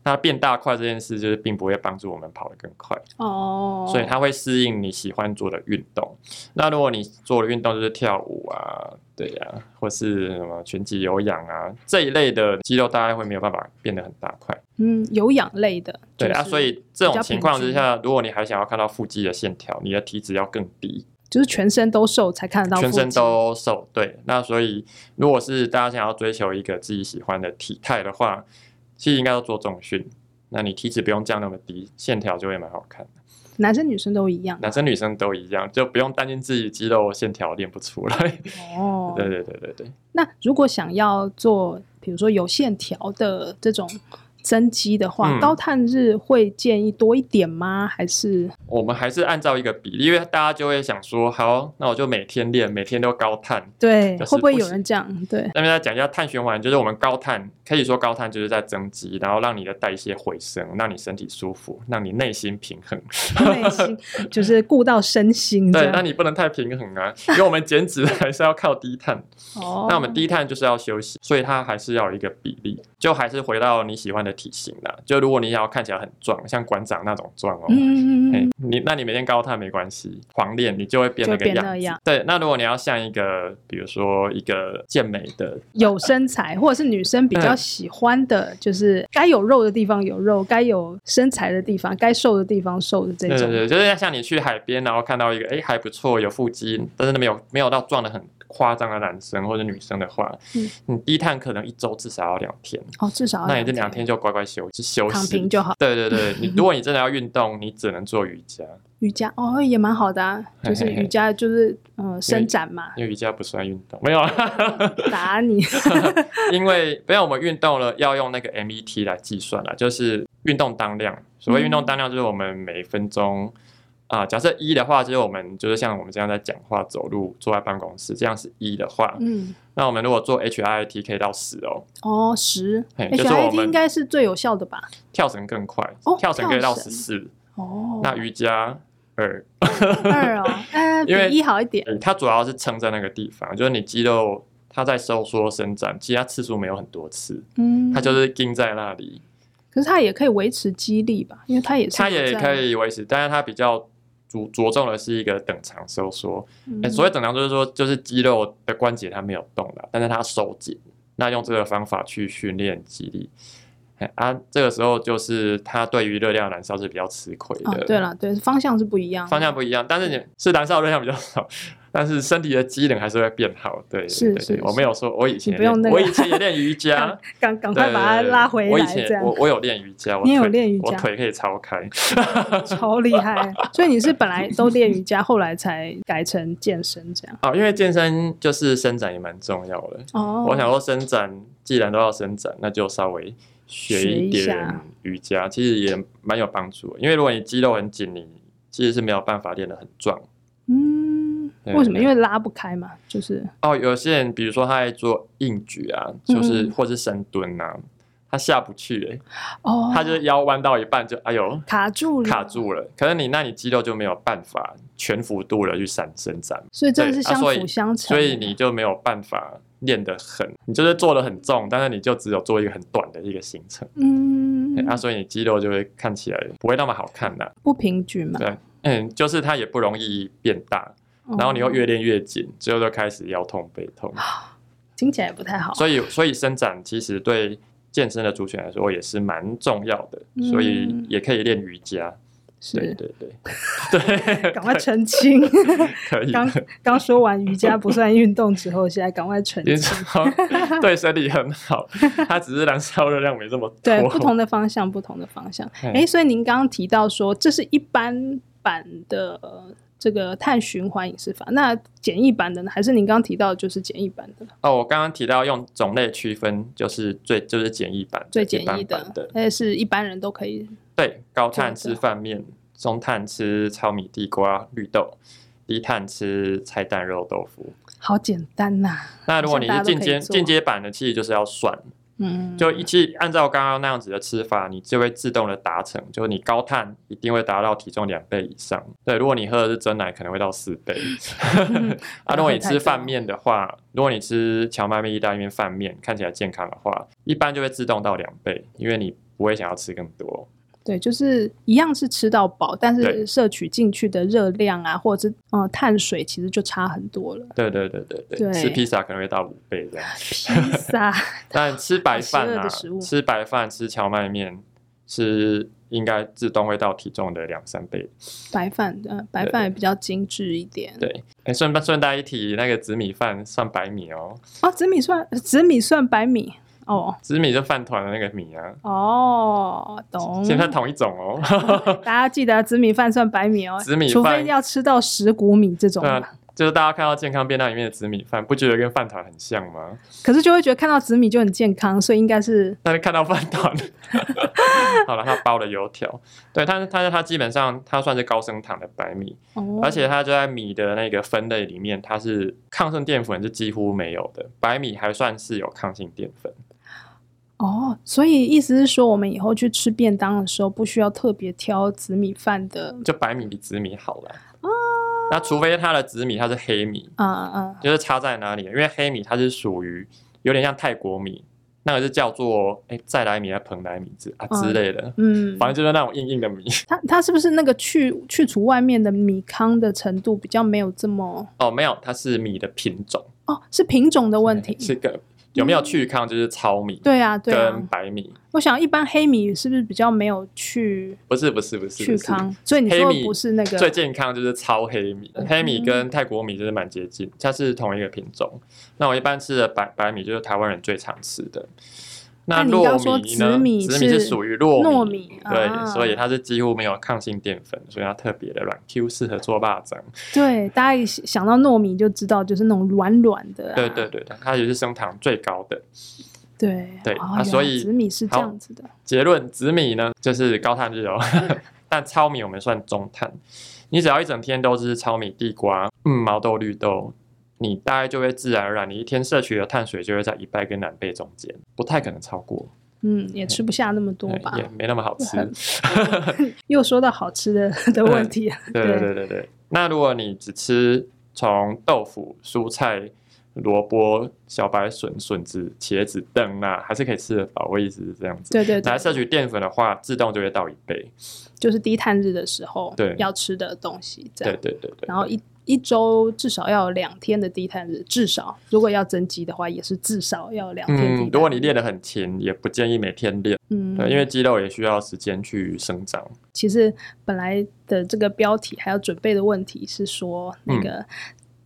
B: 那变大块这件事，就是并不会帮助我们跑得更快。
A: 哦，
B: 所以它会适应你喜欢做的运动。那如果你做的运动就是跳舞啊，对呀、或是什么拳击、有氧啊这一类的肌肉，大概会没有办法变得很大块。
A: 嗯有氧类的，
B: 对、
A: 就是
B: 啊，所以这种情况
A: 比较平均
B: 之下，如果你还想要看到腹肌的线条，你的体脂要更低，
A: 就是全身都瘦才看得到腹肌，
B: 全身都瘦。对，那所以如果是大家想要追求一个自己喜欢的体态的话，其实应该要做重训。那你体脂不用降那么低，线条就会蛮好看的。
A: 男生女生都一样
B: 男生女生都一样，就不用担心自己肌肉线条练不出来。
A: 哦。
B: 对对对对对，
A: 那如果想要做，比如说有线条的这种增肌的话，
B: 嗯
A: 高碳日会建议多一点吗？还是
B: 我们还是按照一个比例，因为大家就会想说，好，那我就每天练，每天都高碳。
A: 对，
B: 就是
A: 会不会
B: 不
A: 有
B: 行
A: 人这样？对，
B: 那边再讲一下碳循环，就是我们高碳，可以说高碳就是在增肌，然后让你的代谢回升，让你身体舒服，让你内心平 衡。
A: 内心 就是顾到身心这
B: 对，那
A: 样。
B: 你不能太平衡啊，因为我们减脂还是要靠低碳。
A: 哦，
B: 那我们低碳就是要休息，所以它还是要有一个比例，就还是回到你喜欢的体型啦。就如果你想要看起来很壮，像馆长那种壮哦，
A: 嗯，嗯嗯
B: 哎
A: 嗯，
B: 你那你每天高碳没关系，狂练你就会变那
A: 就
B: 个
A: 变
B: 样
A: 那
B: 子。
A: 样
B: 对，那如果你要像一个，比如说一个健美的，
A: 有身材或者是女生比较
B: 嗯
A: 喜欢的，就是该有肉的地方有肉，该有身材的地方，该瘦的地方瘦的这
B: 对对
A: 种。
B: 对，就是像你去海边，然后看到一个哎还不错有腹肌，但是没有没有到壮的很夸张的男生或者女生的话，
A: 嗯
B: 你低碳可能一周至少要两天，
A: 哦，至少要
B: 那你这两天就乖乖休息休
A: 躺平
B: 息。
A: 就好。
B: 对对对，你如果你真的要运动，你只能做瑜伽，
A: 瑜伽哦也蛮好的、啊，就是
B: 嘿嘿嘿
A: 瑜伽就是呃伸展嘛，
B: 因为瑜伽不算运动，没有啊，
A: 打 你
B: 因为没有我们运动了要用那个 MET 来计算啦，就是运动当量。所谓运
A: 嗯
B: 动当量，就是我们每分钟啊、假设一的话，就是我们就是像我们这样在讲话、走路、坐在办公室，这样是一的话，
A: 嗯
B: 那我们如果做 HIIT 可以到十哦，
A: 哦十
B: 嘿
A: H
B: 就是我
A: I
B: 们
A: T 应该是最有效的吧？
B: 跳绳更快，
A: 哦
B: 跳绳可以到
A: 跳
B: 十
A: 绳
B: 四。
A: 哦，
B: 那瑜伽二，
A: 二哦，呃比
B: 因为
A: 一好一点
B: 呃它主要是撑在那个地方，就是你肌肉它在收缩伸展，其实它次数没有很多次，
A: 嗯，
B: 它就是盯在那里，
A: 可是它也可以维持肌力吧，因为它也是
B: 它也
A: 有在
B: 可，以维持，但是它比较着着重的是一个等长收缩。
A: 嗯
B: 哎、所谓等长收缩，就是肌肉的关节它没有动了，但是它收紧。那用这个方法去训练肌力，哎啊，这个时候就是它对于热量燃烧是比较吃亏的。
A: 哦对了对，方向是不一样的，
B: 方向不一样，但是你是燃烧热量比较少，但是身体的机能还是会变好。对，
A: 是
B: 对
A: 是
B: 对我没有说我以前
A: 你不用那个
B: 我以前也练瑜伽
A: 赶，赶赶
B: 对
A: 快把它拉回
B: 我以
A: 来，这
B: 前
A: 样
B: 我 我有练瑜伽，我
A: 你也有
B: 腿
A: 练瑜伽
B: 我腿可以超开。
A: 超厉害。所以你是本来都练瑜伽， 后来才改成健身这样
B: 哦，因为健身就是伸展也蛮重要的。
A: 哦。
B: 我想说伸展，既然都要伸展，那就稍微学
A: 学一
B: 一点
A: 下
B: 瑜伽，其实也蛮有帮助的。因为如果你肌肉很紧，你其实是没有办法练得很壮。
A: 嗯，
B: 对
A: 为什么？
B: 对
A: 因为拉不开嘛，就是
B: 哦，有些人比如说他在做硬举啊，就是、
A: 嗯
B: 或是深蹲啊，他下不去、欸，
A: 哦，
B: 他就是腰弯到一半就哎呦
A: 卡住了，
B: 卡。住了，可是你那你肌肉就没有办法全幅度的去伸伸展，
A: 所以真的是
B: 对啊
A: 相
B: 所
A: 辅
B: 以
A: 相成、
B: 所以你就没有办法练得很，你就是做的很重，但是你就只有做一个很短的一个行程，
A: 嗯
B: 对，啊，所以你肌肉就会看起来不会那么好看啦，
A: 不平均嘛。
B: 对嗯，就是它也不容易变大，然后你又
A: 哦
B: 越练越紧，最后就开始腰痛背痛。
A: 听起来不太好，
B: 所以所以伸展其实对健身的族群来说也是蛮重要的，
A: 嗯
B: 所以也可以练瑜伽。对
A: 是
B: 对对对，
A: 赶快澄 清。
B: 可以。
A: 刚刚说完瑜伽不算运动之后，现在赶快澄
B: 运
A: 清。
B: 动对身体很好，它只是燃烧热量没这么多。
A: 对，不同的方向，不同的方向。
B: 嗯
A: 哎，所以您刚刚提到说，这是一般版的呃这个碳循环饮食法，那简易版的呢？还是您刚刚提到的就是简易版的
B: 哦，我刚刚提到用种类区分，就是最就是简易版的
A: 最简易
B: 一般版
A: 的
B: 的，，
A: 而且是一般人都可以
B: 对，高碳
A: 做的
B: 吃饭面，中碳吃糙米、地瓜、绿豆，低碳吃菜蛋、肉、豆腐。
A: 好简单呐、
B: 那如果你
A: 好像
B: 是
A: 大家
B: 进
A: 都可以
B: 阶
A: 做
B: 进阶版的，其实就是要算，
A: 嗯，
B: 就一气按照刚刚那样子的吃法，你就会自动的达成，就是你高碳一定会达到体重两倍以上。对，如果你喝的是真奶，可能会到四 倍。啊，如果你吃饭面的话，如果你吃荞麦面、意大利面饭面，看起来健康的话，一般就会自动到两倍，因为你不会想要吃更多。
A: 对，就是一样是吃到饱，但是
B: 对
A: 摄取进去的热量啊，或者是嗯、呃碳水，其实就差很多了。
B: 对对对对对，
A: 对
B: 吃披萨可能会到五倍这样。
A: 披萨
B: 但吃白饭
A: 好邪恶
B: 啊
A: 的食物，
B: 吃白饭、吃荞麦面，吃应该自动会到体重的两三倍。
A: 白饭，嗯、白饭也比较精致一点。
B: 对哎，顺便顺带一提，那个紫米饭算白米哦，
A: 哦，紫米算紫米算白米哦
B: 紫米就饭团的那个米啊，
A: 哦，懂。
B: 现 在同一种哦。
A: 大家记得紫米饭算白米哦，
B: 紫米
A: 除非
B: 饭
A: 要吃到十谷米这种
B: 对
A: 吧。
B: 啊，就是大家看到健康便当里面的紫米饭，不觉得跟饭团很像吗？
A: 可是就会觉得看到紫米就很健康，所以应该是
B: 但是看到饭团， 好了，它包了油条，对，但是但是它基本上它算是高升糖的白米，
A: 哦，
B: 而且它就在米的那个分类里面，它是抗性淀粉是几乎没有的，白米还算是有抗性淀粉。
A: 哦，所以意思是说，我们以后去吃便当的时候，不需要特别挑紫米饭的
B: 就白米比紫米好了。那除非它的紫米它是黑米，
A: 啊啊、
B: 就是差在哪里？因为黑米它是属于有点像泰国米，那个是叫做哎再来米啊、蓬莱米之啊
A: 嗯
B: 之类的，
A: 嗯，
B: 反正就是那种硬硬的米。
A: 它它是不是那个去去除外面的米糠的程度比较没有这么
B: 哦，没有，它是米的品种
A: 哦，是品种的问题
B: 是个。有没有去抗就是糙米
A: 对啊，对啊
B: 跟。白米，
A: 我想一般黑米是不是比较没有去
B: 不是不是不是
A: 去
B: 不是。
A: 糠？所以你说
B: 黑
A: 的
B: 米
A: 不是那个
B: 最健康就是糙黑米，黑米
A: 嗯
B: 跟泰国米就是蛮接近，它是同一个品种。那我一般吃的白白米就是台湾人最常吃的。那
A: 那你刚
B: 糯
A: 说
B: 米
A: 紫
B: 呢？
A: 米
B: 紫米是
A: 是
B: 属于糯
A: 糯
B: 米，
A: 米？
B: 对，
A: 啊
B: 所以它是几乎没有抗性淀粉，所以它特别的软 Q，适合做霸掌。
A: 对大家一想到糯米就知道，就是那种软软的啊。
B: 对对对，它也是升糖最高的。
A: 对
B: 对
A: 哦
B: 啊
A: 原来
B: 所以
A: 紫米是这
B: 好
A: 样子的。
B: 结论：紫米呢，就是高碳 日哦，但糙米我们算中碳。你只要一整天都吃糙米、地瓜、嗯毛豆、绿豆，你大概就会自然而然，你一天摄取的碳水就会在一倍跟两倍中间，不太可能超过，
A: 嗯，也吃不下那么多吧
B: 嗯。也没那么 好吃。
A: 又说到好吃的 的问题啊，
B: 对对对对对。那如果你只吃从豆腐、蔬菜、萝卜、小白笋、笋子、茄子等啊，还是可以吃得饱。我意思是这样子。
A: 对对对，
B: 来摄取淀粉的话，自动就会到一倍。
A: 就是低碳日的时候
B: 对
A: 要吃的东西，这
B: 对
A: 样。
B: 对对对。
A: 然后一一周至少要有两天的低碳日，至少如果要增肌的话，也是至少要有两天低碳日。
B: 嗯，如果你练得很勤，也不建议每天练，
A: 嗯，
B: 对，因为肌肉也需要时间去生长。
A: 其实本来的这个标题还有准备的问题是说那
B: 嗯
A: 个。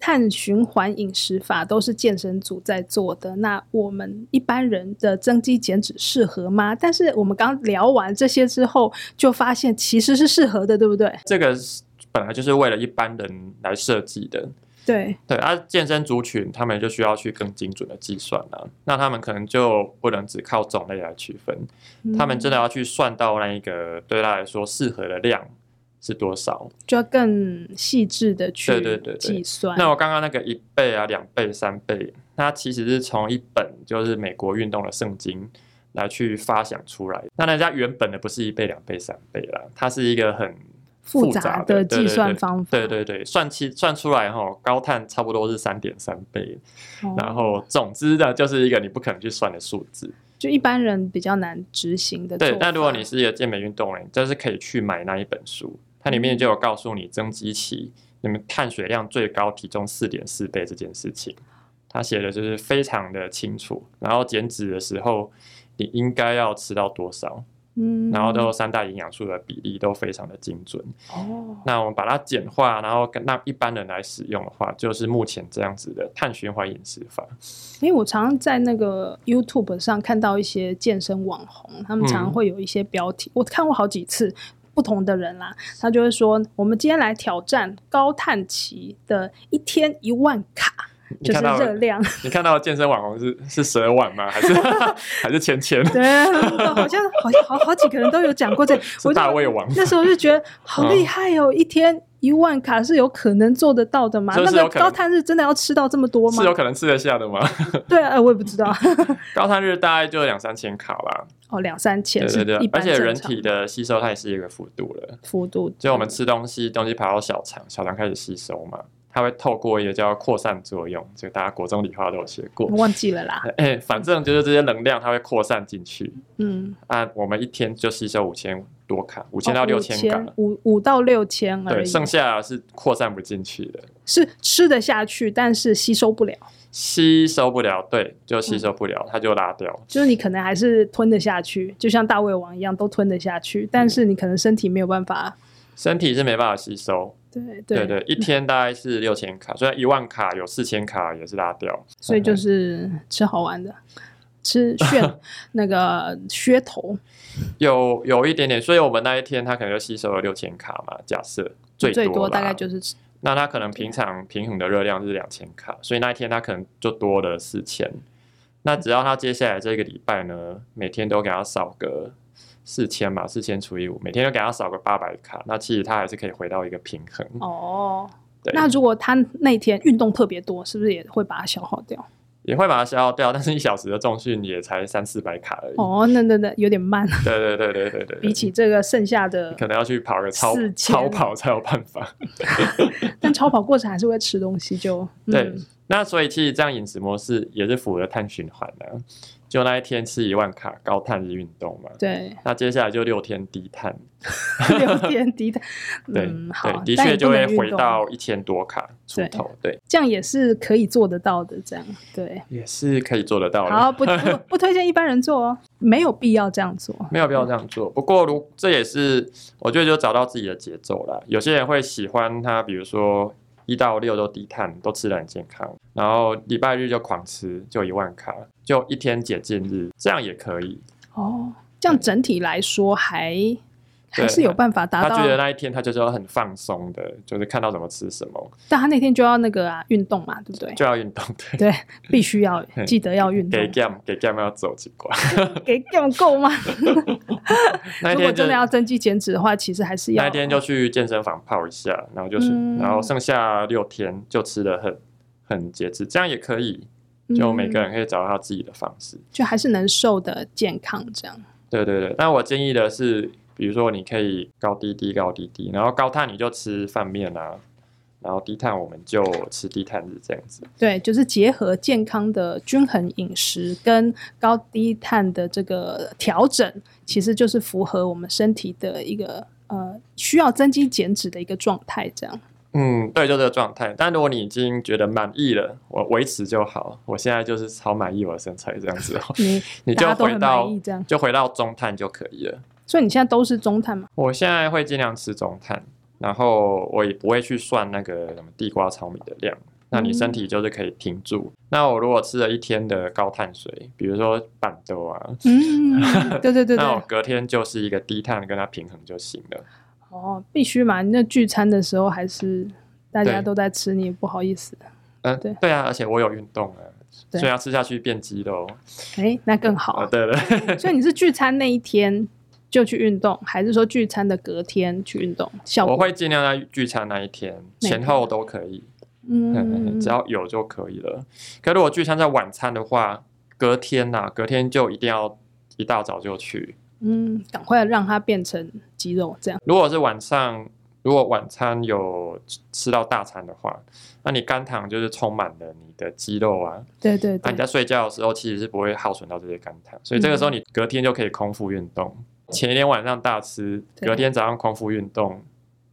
A: 碳循环饮食法都是健身组在做的，那我们一般人的增肌减脂适合吗？但是我们刚聊完这些之后，就发现其实是适合的，对不对？
B: 这个是本来就是为了一般人来设计的，
A: 对，
B: 对，而、健身族群他们就需要去更精准的计算了、那他们可能就不能只靠种类来区分，
A: 嗯
B: 他们真的要去算到那一个对他来说适合的量是多少。
A: 就要更细致的去
B: 对对对对
A: 计算。
B: 那我刚刚那个一倍啊、两倍、三倍，它其实是从一本就是美国运动的圣经来去发想出来的。那人家原本的不是一倍、两倍、三倍啦，它是一个很
A: 复
B: 杂
A: 杂的
B: 对对
A: 计算
B: 对
A: 方法
B: 对对对，算起算出来哈，高碳差不多是三点三倍，
A: 哦
B: 然后总之呢，就是一个你不可能去算的数字。
A: 就一般人比较难执行的做法。
B: 对，那如果你是一个健美运动员，就是可以去买那一本书，它里面就有告诉你增肌期你们碳水量最高，体重四点四倍这件事情，它写的就是非常的清楚。然后减脂的时候，你应该要吃到多少，
A: 嗯，
B: 然后都有三大营养素的比例都非常的精准。
A: 哦，
B: 那我们把它简化，然后跟让一般人来使用的话，就是目前这样子的碳循环饮食法。
A: 因为我常常在那个 YouTube 上看到一些健身网红，他们常常
B: 嗯
A: 会有一些标题，我看过好几次。不同的人啦，他就会说，我们今天来挑战高碳期的一天一万卡，
B: 你
A: 就是
B: 看到
A: 热量，
B: 你看到的健身网红是是蛇丸吗？还是还是芊芊？
A: 对，好像好像好好几个人都有讲过 这，我就
B: 大胃王嗯
A: 那时候就觉得好厉害哦，一天一万卡是有可能做得到的吗？
B: 这
A: 那
B: 是
A: 个
B: 有可能
A: 高碳日真的要吃到这么多吗
B: 是？有可能吃得下的吗？
A: 对啊，呃我也不知道。
B: 高碳日大概就两三千卡啦，
A: 哦，两三千
B: 对
A: 是
B: 对对
A: 一，
B: 而
A: 般
B: 且
A: 正
B: 人
A: 常
B: 体的吸收它也是一个幅度了，
A: 幅度，
B: 就我们吃东西，东西跑到小肠，小肠开始吸收嘛，它会透过一个叫扩散作用，这个大家国中理化都有学过
A: 我。忘记了啦。
B: 哎， 反正就是这些能量它会扩散进去
A: 嗯，
B: 啊，我们一天就吸收五千多卡，五千到六千卡，
A: 哦五五到六千而
B: 对，
A: 已，
B: 剩下是扩散不进去的，
A: 是吃得下去，但是吸收不了，
B: 吸收不了，对，就
A: 嗯
B: 吸收不了，它就拉掉。
A: 就是你可能还是吞得下去，就像大胃王一样都吞得下去，但是你可能身体没有办法。
B: 身体是没办法吸收，
A: 对嗯
B: 对对，一天大概是六千卡，虽然一万卡有四千卡也是拉掉，
A: 所以就是吃好玩的，吃 炫那个噱头
B: 有有一点点，所以我们那一天他可能就吸收了六千卡嘛，假设最
A: 最
B: 多
A: 多
B: 啦
A: 大概就是吃
B: 那他可能平常平衡的热量是两千卡，所以那一天他可能就多了四千。那只要他接下来这个礼拜呢，每天都给他少个四千嘛，四千除以五，每天都给他少个八百卡，那其实他还是可以回到一个平衡。
A: 哦。
B: 对，
A: 那如果他那天运动特别多，是不是也会把它消耗掉？
B: 也会把它消耗掉，但是一小时的重训也才三四百卡而已。
A: 哦，那那那有点慢，啊
B: 对对对对对对，
A: 比起这个剩下的
B: 可能要去跑个超
A: 4000
B: 超跑才有办法。
A: 但超跑过程还是会吃东西就，
B: 对
A: 嗯，
B: 那所以其实这样饮食模式也是符合碳循环的、就那一天吃一万卡高碳日运动嘛，
A: 对，
B: 那接下来就六天低碳，
A: 六 点低碳，
B: 对、
A: 嗯，好，
B: 对，的
A: 但
B: 确
A: 也
B: 就
A: 不
B: 会
A: 能运
B: 回
A: 动
B: 到一千多卡出
A: 对
B: 头，对，
A: 这样也是可以做得到的，这样对。
B: 也是可以做得到的。
A: 好，不不不推荐一般人做哦，没有必要这样做。
B: 没有必要这样做。不过如这也是我觉得就找到自己的节奏啦。有些人会喜欢他，比如说一到六都低碳，都吃的很健康，然后礼拜日就狂吃，就一万卡，就一天解禁日，这样也可以。
A: 哦，这样整体来说还还是有办法达
B: 他
A: 到
B: 觉，得那一天他就是要很放松的，就是看到什么吃什么，
A: 但他那天就要那个啊运动嘛，对不对？
B: 就要运动。对，
A: 对，必须要
B: 嘿
A: 记得要运动
B: 给，gam 给 gam 要走几 关。
A: 给给我们够吗？
B: 那一
A: 如果
B: 天就
A: 真的要增肌减脂的话，其实还是要
B: 那一天就去健身房泡一下，然后就是，
A: 嗯
B: 然后剩下六天就吃的很很节制，这样也可以。就每个
A: 嗯
B: 人可以找到他自己的方式。
A: 就还是能瘦的健康这样。
B: 对对对，但我建议的是，比如说你可以高低低高低低，然后高碳你就吃饭面啊，然后低碳我们就吃低碳日这样子。
A: 对，就是结合健康的均衡饮食跟高低碳的这个调整，其实就是符合我们身体的一个呃需要增肌减脂的一个状态这样。
B: 嗯，对，就这个状态。但如果你已经觉得满意了，我维持就好。我现在就是超满意我的身材这样子 哦，
A: 你
B: 你
A: 大
B: 就
A: 家都
B: 回
A: 很
B: 到
A: 满意这样，
B: 就回到中碳就可以了。
A: 所以你现在都是中碳嘛？
B: 我现在会尽量吃中碳，然后我也不会去算那个什么地瓜、糙米的量。那你身
A: 嗯
B: 体就是可以停住。那我如果吃了一天的高碳水，比如说板豆啊，
A: 嗯，对对对
B: 那我
A: 对，
B: 隔天就是一个低碳跟它平衡就行了。
A: 哦，必须嘛！那聚餐的时候还是大家
B: 对
A: 都在吃，你也不好意思。
B: 嗯、
A: 对
B: 对啊，而且我有运动啊，
A: 对
B: 所以要吃下去变肌肉。
A: 哎，那更好
B: 啊、
A: 啊。
B: 对对，
A: 所以你是聚餐那一天就去运动，还是说聚餐的隔天去运动？效果
B: 我会尽量在聚餐那一天
A: 每天
B: 前后都可以，
A: 嗯
B: 嗯，，只要有就可以了。可如果聚餐在晚餐的话，隔天呐、隔天就一定要一大早就去。
A: 嗯，赶快让它变成肌肉，这样
B: 如果是晚上，如果晚餐有吃到大餐的话，那你肝糖就是充满了你的肌肉啊。
A: 对对嗯
B: 那
A: 对
B: 你，在睡觉的时候其实是不会耗损到这些肝糖，所以这个时候你隔天就可以空腹运动。前一天晚上大吃，
A: 对
B: 隔天早上空腹运动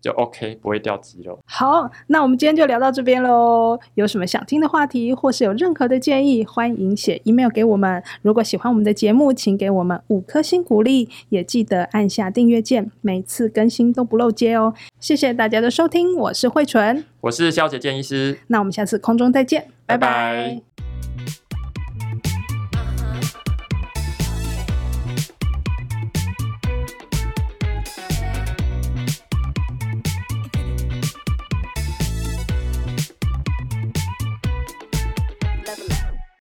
B: 就 OK，不会掉肌肉。
A: 好，那我们今天就聊到这边喽。有什么想听的话题，或是有任何的建议，欢迎写 email 给我们。如果喜欢我们的节目，请给我们五颗星鼓励，也记得按下订阅键，每次更新都不漏接哦。谢谢大家的收听，我是慧纯，
B: 我是肖杰健医师，
A: 那我们下次空中再见，拜
B: 拜拜
A: 拜